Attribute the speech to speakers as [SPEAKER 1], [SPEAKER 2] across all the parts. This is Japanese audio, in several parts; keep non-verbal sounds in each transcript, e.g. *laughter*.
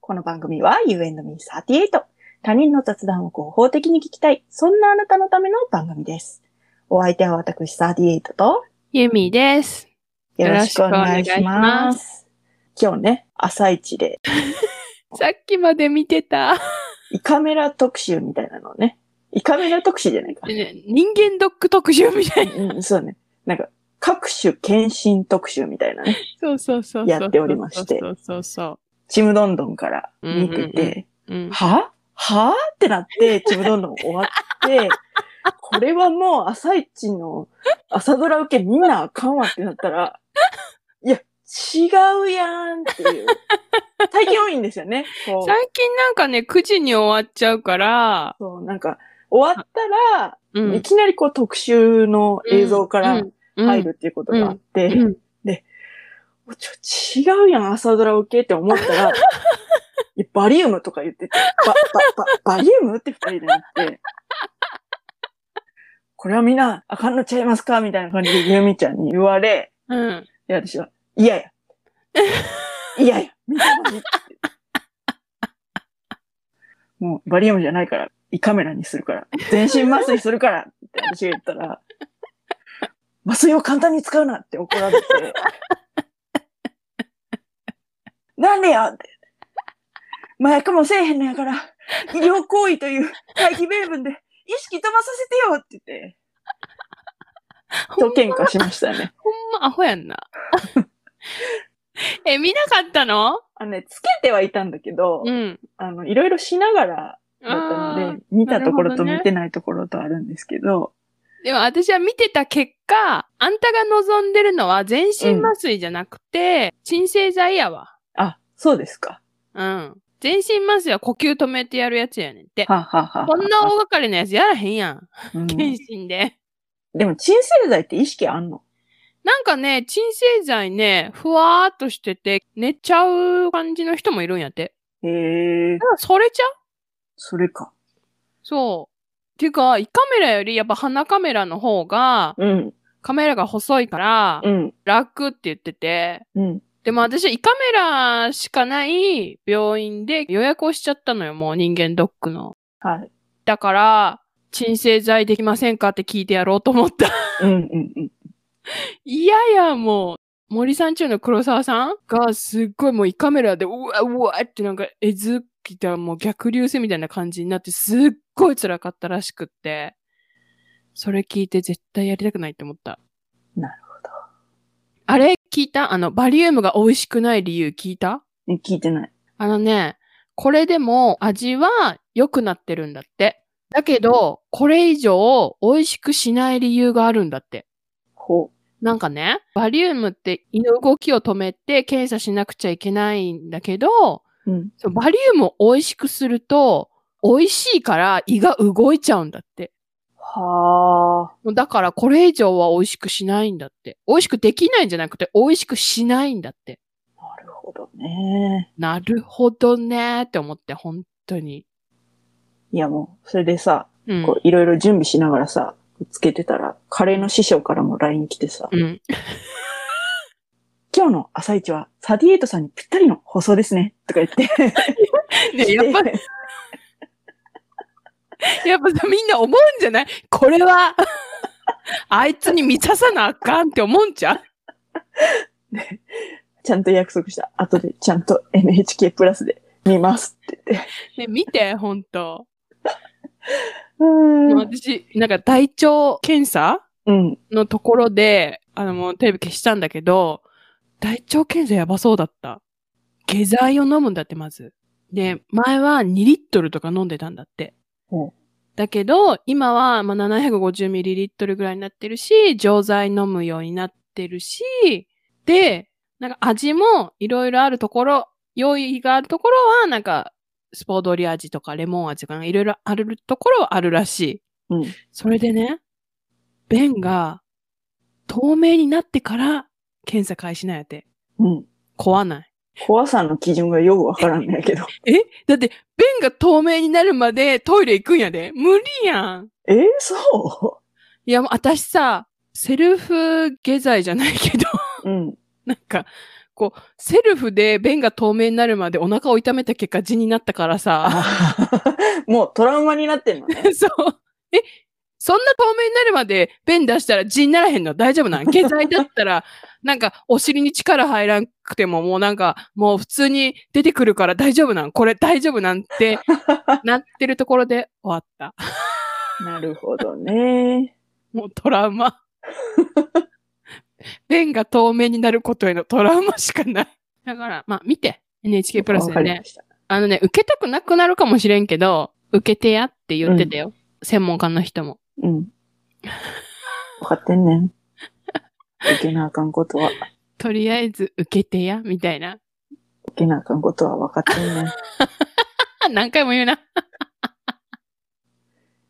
[SPEAKER 1] この番組は You and me38。他人の雑談を合法的に聞きたい。そんなあなたのための番組です。お相手は私38と
[SPEAKER 2] ゆみです。
[SPEAKER 1] よろしくお願いし
[SPEAKER 2] よろしくお願
[SPEAKER 1] ま。
[SPEAKER 2] いします
[SPEAKER 1] 今日ね、朝一で
[SPEAKER 2] さっきまで見てた、
[SPEAKER 1] イカメラ特集みたいなのをね。イカメラ特集じゃ
[SPEAKER 2] *laughs*
[SPEAKER 1] ないか。
[SPEAKER 2] 人間ドック特集みたいな。
[SPEAKER 1] うん、そうね。なんか、各種検診特集みたいなね。
[SPEAKER 2] そうそうそうそう。
[SPEAKER 1] やっておりまして
[SPEAKER 2] そうそうそ
[SPEAKER 1] ちむどんどんから見てて、
[SPEAKER 2] うんうんう。うん。
[SPEAKER 1] ははってなって、ちむどんどん終わって、これはもう朝一の朝ドラ受けみんなあかんわってなったら、いや、違うやんっていう。最近多いんですよね。こう、
[SPEAKER 2] 最近なんかね、9時に終わっちゃうから、
[SPEAKER 1] そうなんか、終わったら、
[SPEAKER 2] うん
[SPEAKER 1] いきなりこう特集の映像から入るっていうことがあって、
[SPEAKER 2] うんうん
[SPEAKER 1] ちょ、違うやん、朝ドラ受けって思ったら、いやバリウムとか言ってて、バ、バ、バ、バリウムって二人でなって、これはみんな、あかんのちゃいますかみたいな感じで、ゆみちゃんに言われ、
[SPEAKER 2] うん。
[SPEAKER 1] で、私は、いやいや、いやいや、見てほしいって。もう、バリウムじゃないから、胃カメラにするから、全身麻酔するからって私が言ったら、麻酔を簡単に使うなって怒られて、なんでよって。麻薬もせえへんのやから、医療行為という待機名分で意識飛ばさせてよって言って、と喧嘩しましたね。
[SPEAKER 2] ほんまアホ
[SPEAKER 1] *laughs*
[SPEAKER 2] やんな。え、見なかったの
[SPEAKER 1] あのね、つけてはいたんだけど、
[SPEAKER 2] うん。
[SPEAKER 1] あの、いろいろしながらだった
[SPEAKER 2] あ
[SPEAKER 1] の
[SPEAKER 2] ー
[SPEAKER 1] で、見たところと
[SPEAKER 2] なるほどね
[SPEAKER 1] 見てないところとあるんですけど、
[SPEAKER 2] でも私は見てた結果、あんたが望んでるのは全身麻酔じゃなくて、鎮静剤やわ。
[SPEAKER 1] あ、そうですか。
[SPEAKER 2] うん。全身麻酔は呼吸止めてやるやつやねんって。
[SPEAKER 1] はあ、はあ
[SPEAKER 2] *laughs*
[SPEAKER 1] はあはあ、
[SPEAKER 2] こんな大掛かりなやつやらへんやん。
[SPEAKER 1] うん
[SPEAKER 2] 検診で。
[SPEAKER 1] でも、鎮静剤って意識あんの
[SPEAKER 2] なんかね、鎮静剤ね、ふわーっとしてて、寝ちゃう感じの人もいるんやって。
[SPEAKER 1] へえ、
[SPEAKER 2] だからそれちゃう
[SPEAKER 1] それか。
[SPEAKER 2] そう。ていうか、胃カメラよりやっぱ鼻カメラの方が、
[SPEAKER 1] うん、
[SPEAKER 2] カメラが細いから
[SPEAKER 1] う、ん、
[SPEAKER 2] 楽って言ってて。
[SPEAKER 1] うん。
[SPEAKER 2] でも私、胃カメラしかない病院で予約をしちゃったのよ、もう人間ドックの。
[SPEAKER 1] はい。
[SPEAKER 2] だから、鎮静剤できませんかって聞いてやろうと思った。
[SPEAKER 1] うん、うん、うん。
[SPEAKER 2] いやいや、もう、森さん中の黒沢さんが、すっごいもう胃カメラで、うわ、うわってなんか、えずきた、もう逆流性みたいな感じになって、すっごい辛かったらしくって、それ聞いて絶対やりたくないって思った。
[SPEAKER 1] な
[SPEAKER 2] るほど。あれ聞いたあの、バリウムが美味しくない理由聞いた
[SPEAKER 1] え聞いてない。
[SPEAKER 2] あのね、これでも味は良くなってるんだって。だけど、これ以上美味しくしない理由があるんだって。
[SPEAKER 1] ほ
[SPEAKER 2] なんかね、バリウムって胃の動きを止めて検査しなくちゃいけないんだけど、
[SPEAKER 1] う。うん。
[SPEAKER 2] そのバリウムを美味しくすると、美味しいから胃が動いちゃうんだって。
[SPEAKER 1] はあ、
[SPEAKER 2] もうだからこれ以上は美味しくしないんだって。美味しくできないんじゃなくて、美味しくしないんだって。
[SPEAKER 1] なるほどね。
[SPEAKER 2] なるほどねーって思って、本当に。
[SPEAKER 1] いやもう、それでさ、
[SPEAKER 2] うん。
[SPEAKER 1] こう、いろいろ準備しながらさ、つけてたら、カレーの師匠からも LINE 来てさ、
[SPEAKER 2] うん。
[SPEAKER 1] 今日の朝一はサディエイトさんにぴったりの放送ですね。とか言って。
[SPEAKER 2] ね、やっぱ、やっぱさみんな思うんじゃないこれ
[SPEAKER 1] *laughs*
[SPEAKER 2] は、あいつに見ささなあかんって思うんちゃう
[SPEAKER 1] *laughs* ちゃんと約束した。後でちゃんと NHK プラスで見ますって言って。
[SPEAKER 2] ね、見て、ほんと。
[SPEAKER 1] う
[SPEAKER 2] もう
[SPEAKER 1] ーん。
[SPEAKER 2] 私、なんか体調検査
[SPEAKER 1] うん。
[SPEAKER 2] のところで、あの、もうテレビ消したんだけど、体調検査やばそうだった。下剤を飲むんだって、まず。で、前は2リットルとか飲んでたんだって
[SPEAKER 1] ほ。
[SPEAKER 2] だけど、今は、まあ、750ミリリットルぐらいになってるし、錠剤飲むようになってるし、で、なんか味もいろいろあるところ、用意があるところは、なんか、スポードリ味とかレモン味とか、いろいろあるところはあるらしい。
[SPEAKER 1] うん。
[SPEAKER 2] それでね、便が透明になってから検査開始なんやて。
[SPEAKER 1] うん。
[SPEAKER 2] 壊ない。
[SPEAKER 1] 怖さの基準がよくわからんねんけど。
[SPEAKER 2] えだって、便が透明になるまでトイレ行くんやで。無理やん。
[SPEAKER 1] えー、そ
[SPEAKER 2] いや、もう私さ、セルフ下剤じゃないけど、 *laughs*
[SPEAKER 1] ううん。
[SPEAKER 2] なんか、こう、セルフで便が透明になるまでお腹を痛めた結果、痔になったからさ。
[SPEAKER 1] *laughs* もうトラウマになってんのね。
[SPEAKER 2] *laughs* そう。え、そんな透明になるまで便出したら痔にならへんの大丈夫なん下剤だったら、 *laughs* なんかお尻に力入らんくてももうなんかもう普通に出てくるから大丈夫なんこれ大丈夫な
[SPEAKER 1] *laughs*
[SPEAKER 2] んてなってるところで終わった。
[SPEAKER 1] なるほどね。
[SPEAKER 2] もうトラウマ。 *laughs* 便が透明になることへのトラウマしかない。だから、まあ見て。NHK プラス
[SPEAKER 1] わか
[SPEAKER 2] で
[SPEAKER 1] り
[SPEAKER 2] ね
[SPEAKER 1] ま。した。
[SPEAKER 2] あのね、受けたくなくなるかもしれんけど、受けてやって言ってたよ。専門家の人も。
[SPEAKER 1] うん。わかってんねん。いけなあかんことは、い
[SPEAKER 2] とりあえず受けてや、みたいな。 *laughs*
[SPEAKER 1] けなあかんことは分かってんねん。
[SPEAKER 2] あ何回も言うな。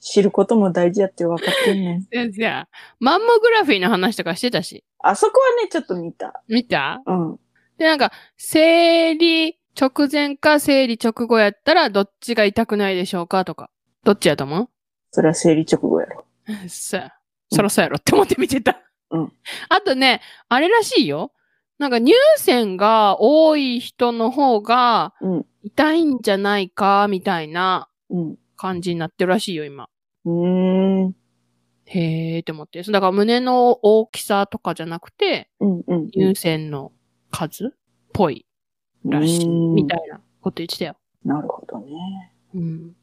[SPEAKER 1] 知ることも大事やって分かってんねん。
[SPEAKER 2] 先生。マンモグラフィーの話とかしてたし。
[SPEAKER 1] あそこはね、ちょっと見た。
[SPEAKER 2] 見た
[SPEAKER 1] うん。
[SPEAKER 2] で、なんか、生理直前か生理直後やったらどっちが痛くないでしょうかとか。どっちやと思う
[SPEAKER 1] それは生理直後やろ。
[SPEAKER 2] そう *laughs* や。そらそうやろって思って見てた。
[SPEAKER 1] うん。
[SPEAKER 2] あとね、あれらしいよ。なんか乳腺が多い人の方が
[SPEAKER 1] うん。
[SPEAKER 2] 痛いんじゃないか、みたいな
[SPEAKER 1] うん。
[SPEAKER 2] 感じになってるらしいよ、今。
[SPEAKER 1] うーん。
[SPEAKER 2] へーって思って。そうだから胸の大きさとかじゃなくて、
[SPEAKER 1] うん。うん。
[SPEAKER 2] 乳腺の数っぽいらしい、
[SPEAKER 1] うん
[SPEAKER 2] みたいなこと言ってたよ。
[SPEAKER 1] なるほどね。
[SPEAKER 2] うん。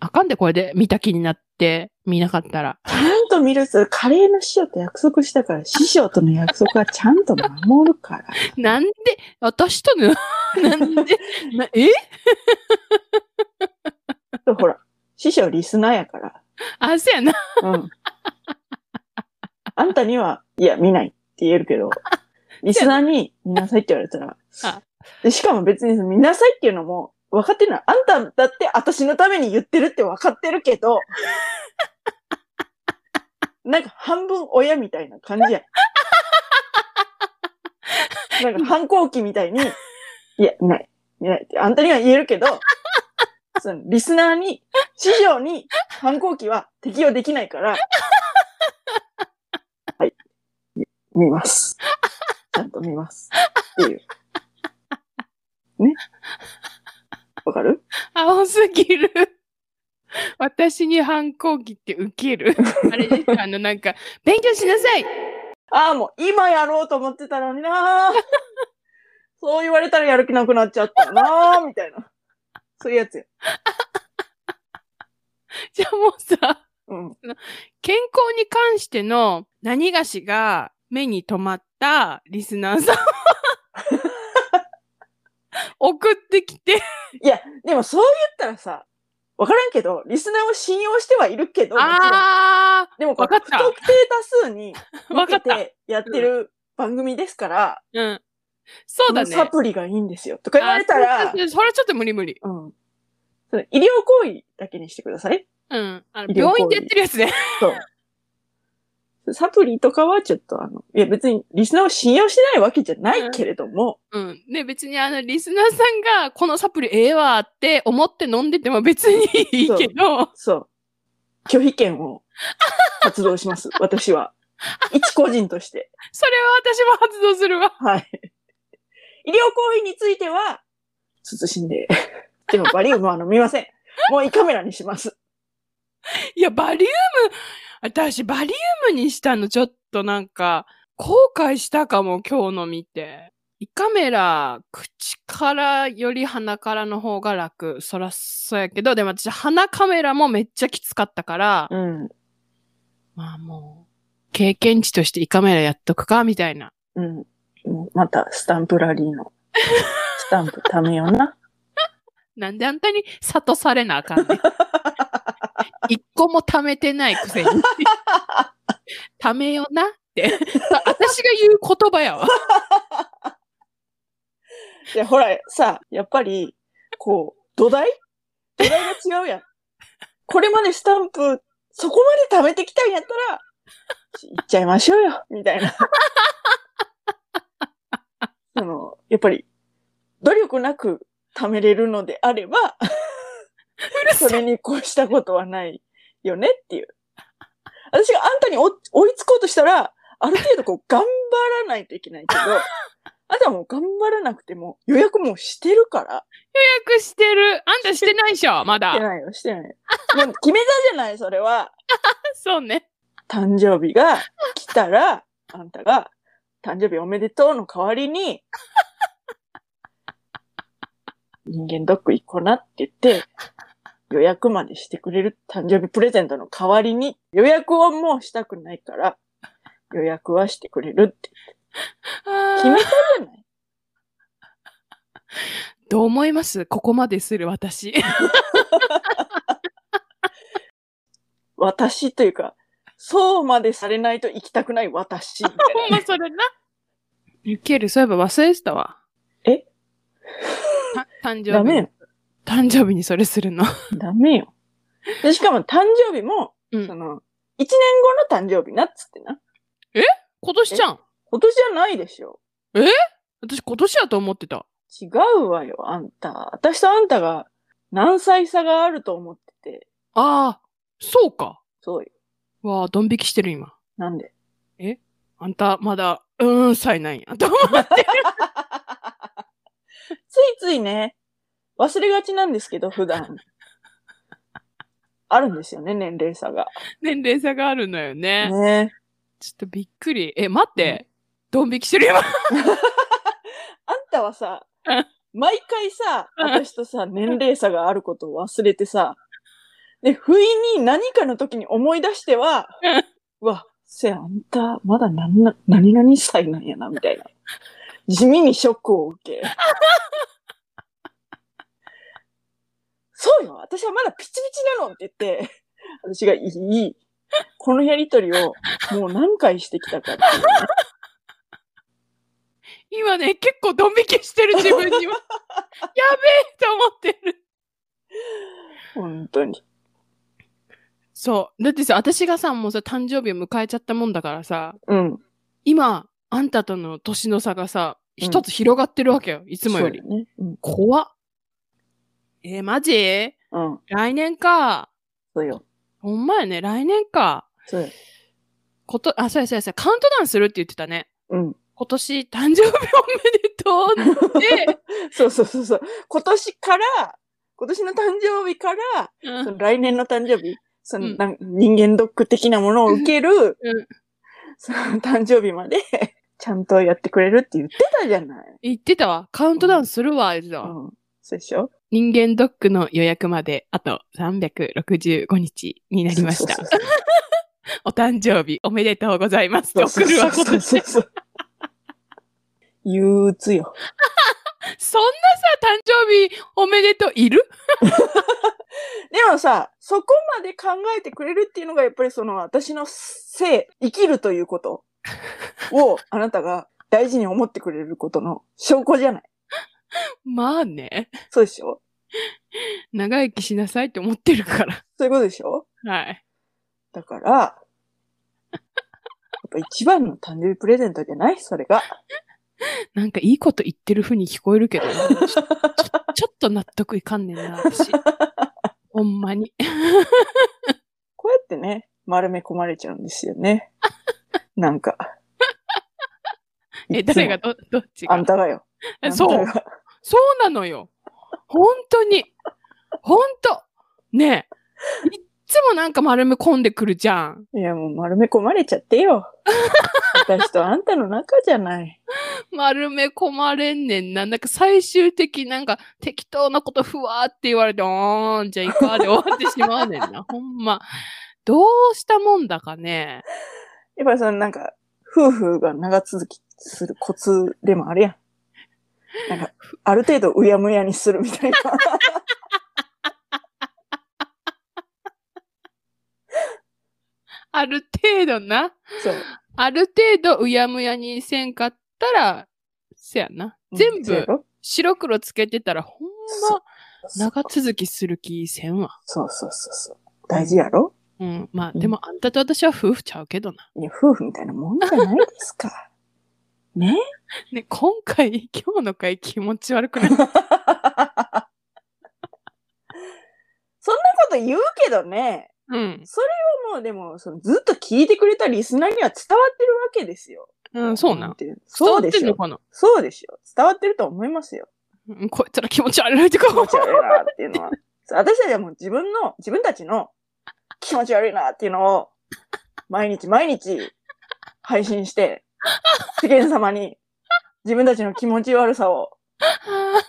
[SPEAKER 2] あかんで、これで見た気になって見なかったら。 *laughs*
[SPEAKER 1] ちゃんと見ると、カレーの師匠と約束したから、師匠との約束はちゃんと守るから。
[SPEAKER 2] *laughs* なんで、私とぬ、 *laughs* なんで、なえ *laughs*
[SPEAKER 1] ほら、師匠リスナーやから。
[SPEAKER 2] あ、そうやな。
[SPEAKER 1] うん。あんたには、いや、見ないって言えるけど、リスナーに見なさいって言われたら
[SPEAKER 2] あ。
[SPEAKER 1] でしかも別に見なさいっていうのも分かってない。あんただって私のために言ってるって分かってるけど、なんか半分親みたいな感じや。なんか反抗期みたいに、いや、見ない。見ないって、あんたには言えるけど、そのリスナーに、師匠に反抗期は適用できないから、はい。み見ます。ちゃんと見ます。っていう。ね。わかる
[SPEAKER 2] 青すぎる。 *laughs* 私に反抗期ってウ
[SPEAKER 1] *laughs*
[SPEAKER 2] ケる。あれですあの、なんか、勉強しなさい
[SPEAKER 1] ああ、もう今やろうと思ってたのになそう言われたらやる気なくなっちゃったなみたいな。そういうやつや。
[SPEAKER 2] じゃあもうさ、
[SPEAKER 1] うん。
[SPEAKER 2] 健康に関しての何がしが目に留まったリスナー
[SPEAKER 1] *laughs*
[SPEAKER 2] さんは送ってきて、
[SPEAKER 1] いや、でもそう言ったらさ、わからんけど、リスナーを信用してはいるけど、もちろん
[SPEAKER 2] あ
[SPEAKER 1] でもこれ
[SPEAKER 2] わかっ
[SPEAKER 1] 不
[SPEAKER 2] た
[SPEAKER 1] 特定多数に
[SPEAKER 2] ー、 *laughs* わ
[SPEAKER 1] 受け
[SPEAKER 2] かった。
[SPEAKER 1] てやってる番組ですから、
[SPEAKER 2] うん。そうだね。
[SPEAKER 1] このサプリがいいんですよとか言われたら、
[SPEAKER 2] あそうそうそうそれはちょっと無理無理。
[SPEAKER 1] うん。それ医療行為だけにしてください。
[SPEAKER 2] うん。あ
[SPEAKER 1] 医療行
[SPEAKER 2] の
[SPEAKER 1] 為
[SPEAKER 2] 病院でやってるやつね。
[SPEAKER 1] そう。サプリとかはちょっとあの、いや別にリスナーを信用してないわけじゃないけれども、
[SPEAKER 2] うん。ね、別にあの、リスナーさんが、このサプリええわって思って飲んでても別にいいけど、
[SPEAKER 1] そう。拒否権を発動し
[SPEAKER 2] *laughs*
[SPEAKER 1] ます。私は。一個人として。
[SPEAKER 2] それは私も発動するわ。
[SPEAKER 1] はい。医療行為については、慎んで。でもバリウムは飲みません。もう胃カメラにします。
[SPEAKER 2] いや、バリウム、私、バリウムにしたのちょっとなんか、後悔したかも、今日の見て。胃カメラ、口からより鼻からの方が楽。そらそうやけど、でも私、鼻カメラもめっちゃきつかったから、
[SPEAKER 1] うん。
[SPEAKER 2] まあもう、経験値として胃カメラやっとくか、みたいな。
[SPEAKER 1] うん。もうまた、スタンプラリーの、スタンプ貯めような。
[SPEAKER 2] なんであんたに諭されなあかんねん一個も貯めてないくせに。貯めよなって。 *laughs* 私が言う言葉やわ。
[SPEAKER 1] いや、ほら、さ、やっぱり、こう、土台土台が違うやん。 *laughs* これまでスタンプ、そこまで貯めてきたんやったら、いっちゃいましょうよ、みたいな。 *laughs* その、やっぱり、努力なく貯めれるのであれば、それに越したことはないよねっていう。私があんたに追追いつこうとしたら、ある程度こう頑張らないといけないけど、あとはもう頑張らなくても予約もうしてるから。
[SPEAKER 2] 予約してる。あんたしてないでし
[SPEAKER 1] *laughs*
[SPEAKER 2] ょ、ま
[SPEAKER 1] して
[SPEAKER 2] だ。
[SPEAKER 1] ないよ、してないよ。もう決めたじゃない、それは。
[SPEAKER 2] そうね。
[SPEAKER 1] 誕生日が来たら、あんたが、誕生日おめでとうの代わりに、人間ドック行こうなって言って、予約までしてくれる誕生日プレゼントの代わりに、予約をもうしたくないから、予約はしてくれるって
[SPEAKER 2] あ
[SPEAKER 1] 決め
[SPEAKER 2] ー
[SPEAKER 1] たじゃない。
[SPEAKER 2] どう思いますここまです
[SPEAKER 1] *laughs*
[SPEAKER 2] る私。
[SPEAKER 1] 私というか、そうまでされないと行きたくない私みたいな。
[SPEAKER 2] ほんまそれな。いける、そういえば忘れてたわ。
[SPEAKER 1] え
[SPEAKER 2] た誕生日。
[SPEAKER 1] ダメよ。
[SPEAKER 2] 誕生日にそれする
[SPEAKER 1] *laughs*
[SPEAKER 2] の。
[SPEAKER 1] ダメよ。で、しかも誕生日も、
[SPEAKER 2] うん
[SPEAKER 1] その、一年後の誕生日なっつってな。
[SPEAKER 2] 今年じゃん。
[SPEAKER 1] 今年じゃないでしょ。
[SPEAKER 2] 私今年やと思ってた。
[SPEAKER 1] 違うわよ、あんた。私とあんたが何歳差があると思ってて。
[SPEAKER 2] ああ、そうか。
[SPEAKER 1] そうよ。
[SPEAKER 2] わあ、ドン引きしてる今。
[SPEAKER 1] なんで
[SPEAKER 2] あんた、まだ、うーん、歳なんや。と *laughs* 思って。
[SPEAKER 1] ついついね、忘れがちなんですけど、普
[SPEAKER 2] *laughs*
[SPEAKER 1] 段。あるんですよね、年齢差が。
[SPEAKER 2] 年齢差があるのよね。
[SPEAKER 1] ね
[SPEAKER 2] ちょっとびっくり。え、待って。ドン引きしてる今。
[SPEAKER 1] あんたはさ
[SPEAKER 2] うん、
[SPEAKER 1] 毎回さ、
[SPEAKER 2] うん
[SPEAKER 1] 私とさ、年齢差があることを忘れてさ、で、不意に何かの時に思い出しては
[SPEAKER 2] うん、
[SPEAKER 1] うわ、せや、あんた、まだ何な、何々歳なんやな、みたいな。地味にショックを受け。 *laughs* そうよ、私はまだピチピチなのって言って、私がいい、このやりとりをもう何回してきたかっていうね
[SPEAKER 2] 今ね、結構ドン引きしてる自分 *laughs* には。やべえと思ってる。
[SPEAKER 1] 本当に。
[SPEAKER 2] そう。だってさ、私がさ、もうさ、誕生日を迎えちゃったもんだからさ、
[SPEAKER 1] うん。
[SPEAKER 2] 今、あんたとの年の差がさ、
[SPEAKER 1] うん
[SPEAKER 2] 一つ広がってるわけよ。いつもより。
[SPEAKER 1] そうだね。うん。
[SPEAKER 2] 怖っ。えーマジ
[SPEAKER 1] うん。
[SPEAKER 2] 来年か。
[SPEAKER 1] そうよ。
[SPEAKER 2] ほんまやね、来年か。
[SPEAKER 1] そうよ。
[SPEAKER 2] こと、あ、そうやそうやそうや、カウントダウンするって言ってたね。
[SPEAKER 1] うん。
[SPEAKER 2] 今年誕生日おめでとう *laughs* って。
[SPEAKER 1] そうそうそうそう。今年から、今年の誕生日から、
[SPEAKER 2] う
[SPEAKER 1] そ
[SPEAKER 2] ん
[SPEAKER 1] の来年の誕生日、その、
[SPEAKER 2] うん
[SPEAKER 1] なん人間ドック的なものを受ける、
[SPEAKER 2] うん
[SPEAKER 1] その誕生日まで、ちゃんとやってくれるって言ってたじゃない。
[SPEAKER 2] 言ってたわ。カウントダウンするわ、言ってた
[SPEAKER 1] う
[SPEAKER 2] わ。
[SPEAKER 1] ん。そうでしょ
[SPEAKER 2] 人間ドックの予約まであと365日になりました。
[SPEAKER 1] そうそうそう
[SPEAKER 2] お誕生日おめでとうございますって
[SPEAKER 1] そう
[SPEAKER 2] *laughs* 送るわ、今年。そ
[SPEAKER 1] そ
[SPEAKER 2] ん
[SPEAKER 1] うそうそう憂鬱よ。
[SPEAKER 2] なさ、誕生日おめでとういる
[SPEAKER 1] でもさ、そこまで考えてくれるっていうのが、やっぱりその私の生、生きるという
[SPEAKER 2] *laughs*
[SPEAKER 1] ことを、あなたが大事に思ってくれることの証拠じゃない。
[SPEAKER 2] まあね。
[SPEAKER 1] そうでしょ
[SPEAKER 2] 長生きしなさいって思ってるから。
[SPEAKER 1] そういうことでしょ
[SPEAKER 2] はい。
[SPEAKER 1] だから、やっぱ一番の誕生日プレゼントじゃないそれが。
[SPEAKER 2] なんかいいこと言ってる風に聞こえるけど、ちょちょちょっと納得いかんねんな、私。ほんまに。
[SPEAKER 1] こうやってね、丸め込まれちゃうんですよ
[SPEAKER 2] *laughs*
[SPEAKER 1] ね。なんか。
[SPEAKER 2] え、
[SPEAKER 1] いつも
[SPEAKER 2] 誰がど、どっち
[SPEAKER 1] あ
[SPEAKER 2] が
[SPEAKER 1] んたがよ。
[SPEAKER 2] えそ
[SPEAKER 1] あん
[SPEAKER 2] う
[SPEAKER 1] た。が
[SPEAKER 2] そうなのよ。本当に。本当。ねえ。いっつもなんか丸め込んでくるじゃん。
[SPEAKER 1] いや、もう丸め込まれちゃって
[SPEAKER 2] *laughs*
[SPEAKER 1] よ。私とあんたの中じゃない。
[SPEAKER 2] 丸め込まれんねんな。なんか最終的なんか適当なことふわーって言われて、おーん、じゃあ行くわで *laughs* 終わってしまうねんな。ほんま。どうしたもんだかね。
[SPEAKER 1] やっぱりそのなんか、夫婦が長続きするコツでもあるやん。なんか、ある程度うやむやにするみたい
[SPEAKER 2] *laughs*
[SPEAKER 1] な。
[SPEAKER 2] ある程度な。
[SPEAKER 1] そう。
[SPEAKER 2] ある程度うやむやにせんかったら、せやな。全
[SPEAKER 1] そうや
[SPEAKER 2] 部
[SPEAKER 1] ろ
[SPEAKER 2] 白黒つけてたらほん
[SPEAKER 1] そ
[SPEAKER 2] ま長続きする気せんわ。
[SPEAKER 1] そうそうそうそう。大事やろ
[SPEAKER 2] うん。ま
[SPEAKER 1] う
[SPEAKER 2] あ
[SPEAKER 1] ん
[SPEAKER 2] でもあんたと私は夫婦ちゃうけどな。
[SPEAKER 1] いや、夫婦みたいなもんじゃないですか。ね
[SPEAKER 2] ね、今回、 *laughs* 今日の回気持ち悪くない *laughs*
[SPEAKER 1] そんなこと言うけどね、
[SPEAKER 2] うん。
[SPEAKER 1] もうでも、そのずっと聞いてくれたリスナーには伝わってるわけですよ。
[SPEAKER 2] うん、そうなん
[SPEAKER 1] っ。ていう
[SPEAKER 2] 伝
[SPEAKER 1] そ
[SPEAKER 2] わ
[SPEAKER 1] う
[SPEAKER 2] っ
[SPEAKER 1] で
[SPEAKER 2] てん
[SPEAKER 1] し
[SPEAKER 2] の
[SPEAKER 1] ょ。
[SPEAKER 2] かな
[SPEAKER 1] そうでしょ。伝わってると思いますよ。
[SPEAKER 2] うんこいつら気持ち悪いとか
[SPEAKER 1] 気持ち悪いなっていうのは。 *laughs* 私たちはもう自分の、自分たちの気持ち悪いなっていうのを、毎日毎日配信して、世間様に自分たちの気持ち悪さを
[SPEAKER 2] *laughs* あ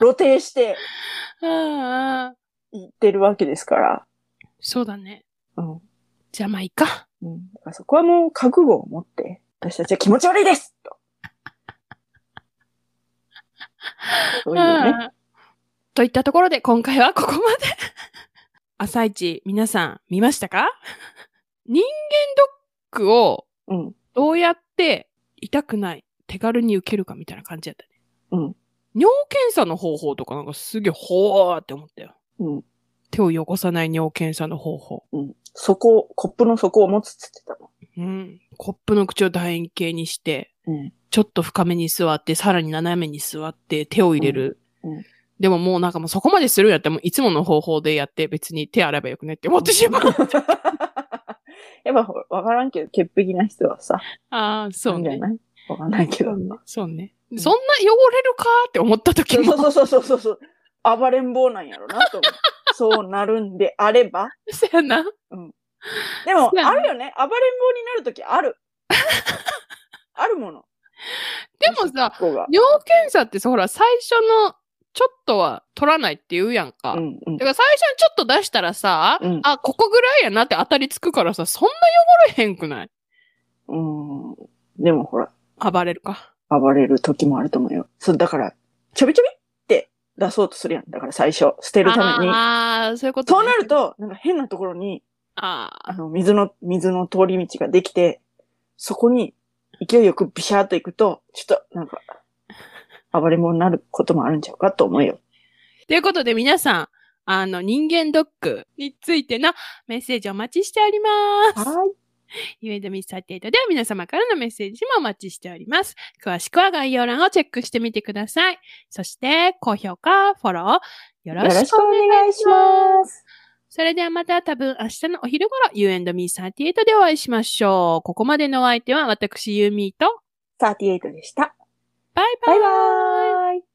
[SPEAKER 1] 露呈して
[SPEAKER 2] ーあー、
[SPEAKER 1] いってるわけですから。
[SPEAKER 2] そうだね。
[SPEAKER 1] うん。
[SPEAKER 2] じゃあまあいいか。
[SPEAKER 1] うん、だからそこはもう覚悟を持って、私たちは気持ち悪いですと。そういうね。
[SPEAKER 2] あーといったところで今回はここまで。 *laughs* 朝一皆さん見ましたか人間ドックを
[SPEAKER 1] うん。
[SPEAKER 2] どうやって痛くない、手軽に受けるかみたいな感じだったね。
[SPEAKER 1] うん。
[SPEAKER 2] 尿検査の方法とかなんかすげえ、ほーって思ったよ。
[SPEAKER 1] うん。
[SPEAKER 2] 手を汚さない尿検査の方法。
[SPEAKER 1] うん。底、コップの底を持つって言ってた
[SPEAKER 2] うん。コップの口を楕円形にして、
[SPEAKER 1] もん。うん。
[SPEAKER 2] ちょっと深めに座って、さらに斜めに座って、手を入れる。
[SPEAKER 1] うんうん
[SPEAKER 2] でももうなんかもうそこまでするんやったらもういつもの方法でやって別に手洗えばよくねって思ってしまう。
[SPEAKER 1] やっぱほらわからんけど、潔癖な人はさ、
[SPEAKER 2] *laughs* ああ、そう
[SPEAKER 1] なん
[SPEAKER 2] ね
[SPEAKER 1] じ。ゃないわかんないけど。
[SPEAKER 2] そうね。
[SPEAKER 1] ん
[SPEAKER 2] そんな汚れるかって思った時も、
[SPEAKER 1] そうそうそうそうそう。暴れん坊なんやろなと思う。そうなるんであれば。
[SPEAKER 2] そうやな。
[SPEAKER 1] でも
[SPEAKER 2] そう、やな
[SPEAKER 1] あるよね。暴れん坊になるときあ
[SPEAKER 2] *laughs*
[SPEAKER 1] る。あるもの。
[SPEAKER 2] でもさ、
[SPEAKER 1] ここが。
[SPEAKER 2] 尿検査ってさ、ほら、最初のちょっとは取らないって言うやんか。
[SPEAKER 1] うんうん
[SPEAKER 2] だ。から最初にちょっと出したらさ、
[SPEAKER 1] うん
[SPEAKER 2] あ、ここぐらいやなって当たりつくからさ、そんな汚れへんくないう
[SPEAKER 1] ーん。でもほら、
[SPEAKER 2] 暴れるか。
[SPEAKER 1] 暴れる時もあると思うよ。そう、だから、ちょびちょびって出そうとするやん。だから最初、捨てるために。
[SPEAKER 2] ああ、そういうこと、
[SPEAKER 1] そ
[SPEAKER 2] ね。
[SPEAKER 1] うなると、なんか変なところに、
[SPEAKER 2] あ
[SPEAKER 1] あ
[SPEAKER 2] あ、
[SPEAKER 1] の、水の、水の通り道ができて、そこに勢いよくビシャーっと行くと、ちょっと、なんか、暴れ者になることもあるんちゃうかと思うよ。
[SPEAKER 2] ということで皆さん、あの、人間ドックについてのメッセージお待ちしております。
[SPEAKER 1] はい。
[SPEAKER 2] イベントミスサテイトでは皆様からのメッセージもお待ちしております。詳しくは概要欄をチェックしてみてください。そして、高評価、フォロー、よろ
[SPEAKER 1] よろ
[SPEAKER 2] し
[SPEAKER 1] し
[SPEAKER 2] く
[SPEAKER 1] くお
[SPEAKER 2] お願
[SPEAKER 1] 願
[SPEAKER 2] い
[SPEAKER 1] い
[SPEAKER 2] し
[SPEAKER 1] し
[SPEAKER 2] ます。
[SPEAKER 1] ます。
[SPEAKER 2] それではまた多分明日のお昼頃、You and Me38 でお会いしましょう。ここまでのお相手は私、ユーミーと、
[SPEAKER 1] 38でした。
[SPEAKER 2] バイバ
[SPEAKER 1] バイ
[SPEAKER 2] イ
[SPEAKER 1] バーイ。